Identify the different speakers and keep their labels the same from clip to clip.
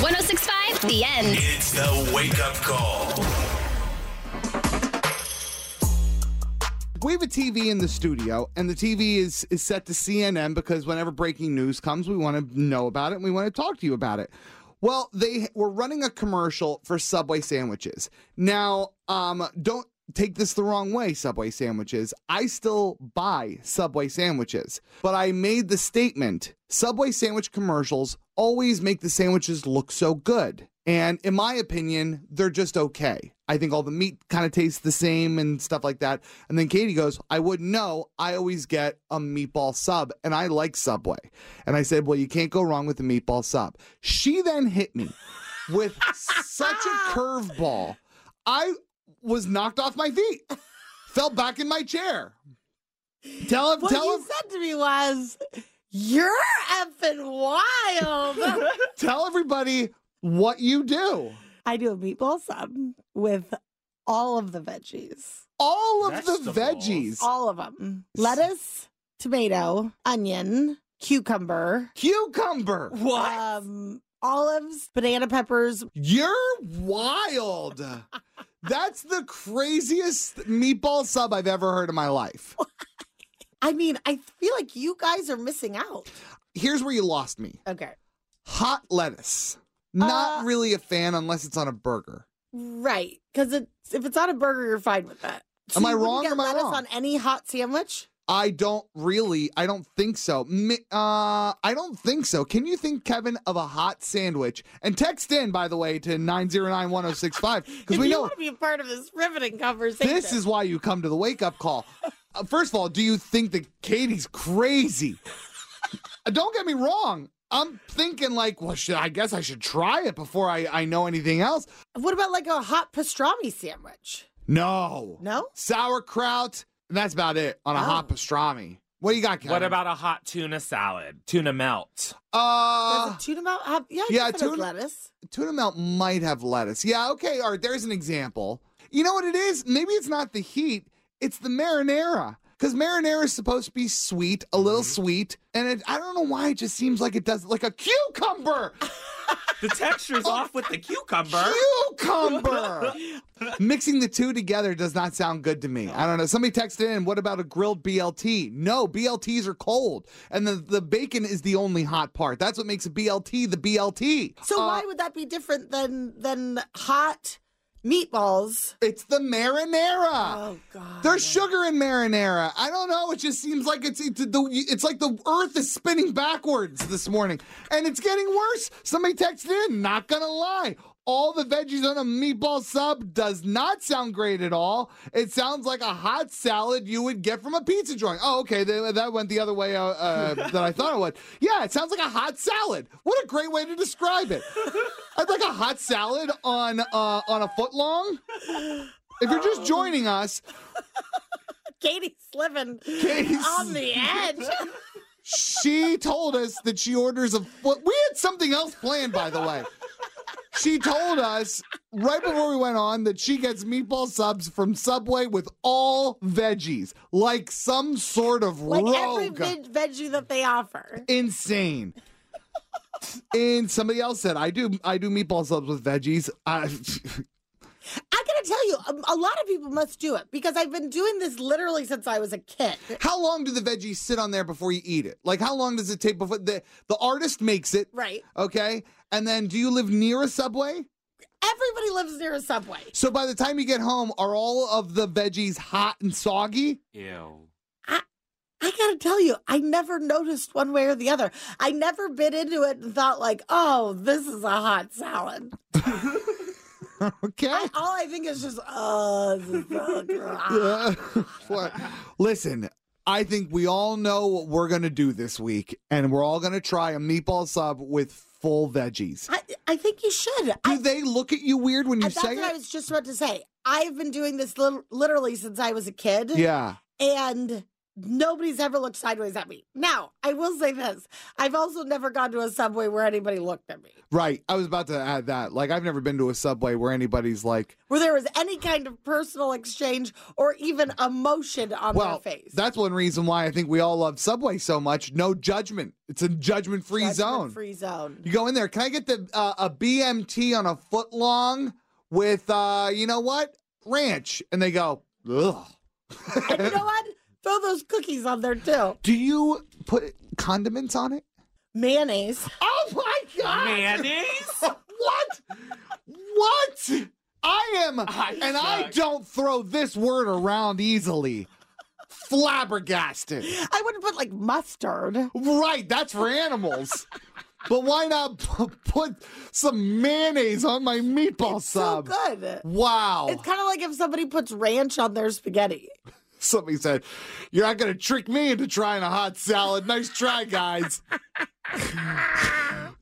Speaker 1: 1065, the end.
Speaker 2: It's the wake up call.
Speaker 3: We have a TV in the studio, and the TV is, is set to CNN because whenever breaking news comes, we want to know about it and we want to talk to you about it. Well, they were running a commercial for Subway sandwiches. Now, um, don't take this the wrong way, Subway sandwiches. I still buy Subway sandwiches, but I made the statement Subway sandwich commercials always make the sandwiches look so good. And in my opinion, they're just okay. I think all the meat kind of tastes the same and stuff like that. And then Katie goes, I wouldn't know. I always get a meatball sub and I like Subway. And I said, Well, you can't go wrong with a meatball sub. She then hit me with such a curveball. I was knocked off my feet, fell back in my chair. Tell him,
Speaker 4: What
Speaker 3: tell
Speaker 4: you
Speaker 3: him,
Speaker 4: said to me was, "You're effing wild."
Speaker 3: tell everybody what you do.
Speaker 4: I do a meatball sub with all of the veggies,
Speaker 3: All of the
Speaker 2: Vegetables.
Speaker 3: veggies,
Speaker 4: all of them: lettuce, tomato, onion, cucumber,
Speaker 3: cucumber.
Speaker 4: um, olives, banana peppers.
Speaker 3: You're wild. That's the craziest meatball sub I've ever heard in my life.
Speaker 4: I mean, I feel like you guys are missing out.
Speaker 3: Here's where you lost me
Speaker 4: Okay,
Speaker 3: hot lettuce. Not
Speaker 4: Uh,
Speaker 3: really a fan unless it's on a burger.
Speaker 4: right? Because it's if it's on a burger, you're fine with that. So
Speaker 3: Am I
Speaker 4: you wouldn't
Speaker 3: wrong or
Speaker 4: Get
Speaker 3: am I
Speaker 4: lettuce
Speaker 3: wrong?
Speaker 4: on any hot sandwich?
Speaker 3: I don't really, I don't think so. Mi- Uh, I don't think so. Can you think, Kevin, of a hot sandwich? And text in, by the way, to 909 1065 because
Speaker 4: If
Speaker 3: we
Speaker 4: you
Speaker 3: know
Speaker 4: want to be a part of this riveting conversation,
Speaker 3: this is why you come to the wake up call. Uh, first of all, do you think that Katie's crazy? Uh, Don't get me wrong. I'm thinking like, well, should, I guess I should try it before I, I know anything else.
Speaker 4: What about like a hot pastrami sandwich?
Speaker 3: No.
Speaker 4: No?
Speaker 3: Sauerkraut, and that's about it on a
Speaker 4: Oh.
Speaker 3: hot pastrami. What do you got, Kevin?
Speaker 5: What about a hot tuna salad? Tuna melt.
Speaker 3: uh
Speaker 4: Does a tuna melt have? Yeah, I
Speaker 3: yeah,
Speaker 4: guess it has
Speaker 3: tuna-
Speaker 4: lettuce.
Speaker 3: tuna melt might have lettuce. Yeah, okay, all right, there's an example. You know what it is? Maybe it's not the heat, it's the marinara. Because marinara is supposed to be sweet, a little sweet, and it, I don't know why it just seems like it does, like a cucumber!
Speaker 5: The texture's off with the cucumber.
Speaker 3: Cucumber! Mixing the two together does not sound good to me. I don't know. Somebody texted in, what about a grilled BLT? No, BLTs are cold, and the, the bacon is the only hot part. That's what makes a BLT the BLT.
Speaker 4: So
Speaker 3: Uh,
Speaker 4: why would that be different than than hot meatballs?
Speaker 3: It's the marinara.
Speaker 4: Oh God!
Speaker 3: There's sugar in marinara. I don't know. It just seems like it's it's, the, it's like the earth is spinning backwards this morning, and it's getting worse. Somebody texted in. Not gonna lie, all the veggies on a meatball sub does not sound great at all. It sounds like a hot salad you would get from a pizza joint. Oh, okay, they, that went the other way uh, uh, that I thought it would. Yeah, it sounds like a hot salad. What a great way to describe it. I'd like a hot salad on uh, on a foot long. If you're
Speaker 4: Oh.
Speaker 3: just joining us,
Speaker 4: Katie's living
Speaker 3: Katie's-
Speaker 4: on the edge.
Speaker 3: she told us that she orders a foot. We had something else planned, by the way. She told us right before we went on that she gets meatball subs from Subway with all veggies, like some sort of
Speaker 4: like every
Speaker 3: rogue.
Speaker 4: veg- veggie that they offer.
Speaker 3: Insane. and somebody else said, "I do, I do meatball subs with veggies." I,
Speaker 4: I gotta tell you, um, a lot of people must do it because I've been doing this literally since I was a kid.
Speaker 3: how long do the veggies sit on there before you eat it? Like, how long does it take before the the artist makes it?
Speaker 4: Right.
Speaker 3: Okay. And then, do you live near a subway?
Speaker 4: Everybody lives near a subway.
Speaker 3: So by the time you get home, are all of the veggies hot and soggy?
Speaker 5: Ew.
Speaker 4: I gotta tell you, I never noticed one way or the other. I never bit into it and thought like, "Oh, this is a hot salad."
Speaker 3: Okay.
Speaker 4: I, all I think is just, "Oh, this is so gross."
Speaker 3: Uh, what- Listen, I think we all know what we're going to do this week, and we're all going to try a meatball sub with full veggies.
Speaker 4: I, I think you should.
Speaker 3: Do
Speaker 4: I,
Speaker 3: they look at you weird when you
Speaker 4: that's
Speaker 3: say
Speaker 4: what I
Speaker 3: it?
Speaker 4: was just about to say. I've been doing this lit- literally since I was a kid.
Speaker 3: Yeah.
Speaker 4: and nobody's ever looked sideways at me. Now, I will say this I've also never gone to a subway where anybody looked at me,
Speaker 3: Right. I was about to add that. Like, I've never been to a subway where anybody's like,
Speaker 4: where there was any kind of personal exchange or even emotion on
Speaker 3: well,
Speaker 4: their face.
Speaker 3: that's one reason why I think we all love Subway so much. No judgment. It's a judgment free zone.
Speaker 4: Free zone.
Speaker 3: You go in there. Can I get the uh, a BMT on a foot long with, uh, you know what? Ranch. And they go, ugh.
Speaker 4: and you know what? Throw those cookies on there too.
Speaker 3: Do you put condiments on it?
Speaker 4: Mayonnaise.
Speaker 3: Oh my god!
Speaker 5: Mayonnaise?
Speaker 3: what? What? I am,
Speaker 5: I
Speaker 3: and I
Speaker 5: suck.
Speaker 3: don't throw this word around easily. Flabbergasted.
Speaker 4: I wouldn't put like mustard.
Speaker 3: Right, that's for animals. but why not p- put some mayonnaise on my meatball
Speaker 4: So
Speaker 3: sub?
Speaker 4: good.
Speaker 3: Wow.
Speaker 4: It's kind of like if somebody puts ranch on their spaghetti.
Speaker 3: Somebody said, You're not going to trick me into trying a hot salad. Nice try, guys.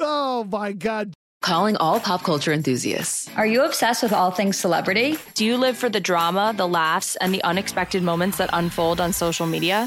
Speaker 3: oh my God.
Speaker 6: Calling all pop culture enthusiasts.
Speaker 7: Are you obsessed with all things celebrity?
Speaker 8: Do you live for the drama, the laughs, and the unexpected moments that unfold on social media?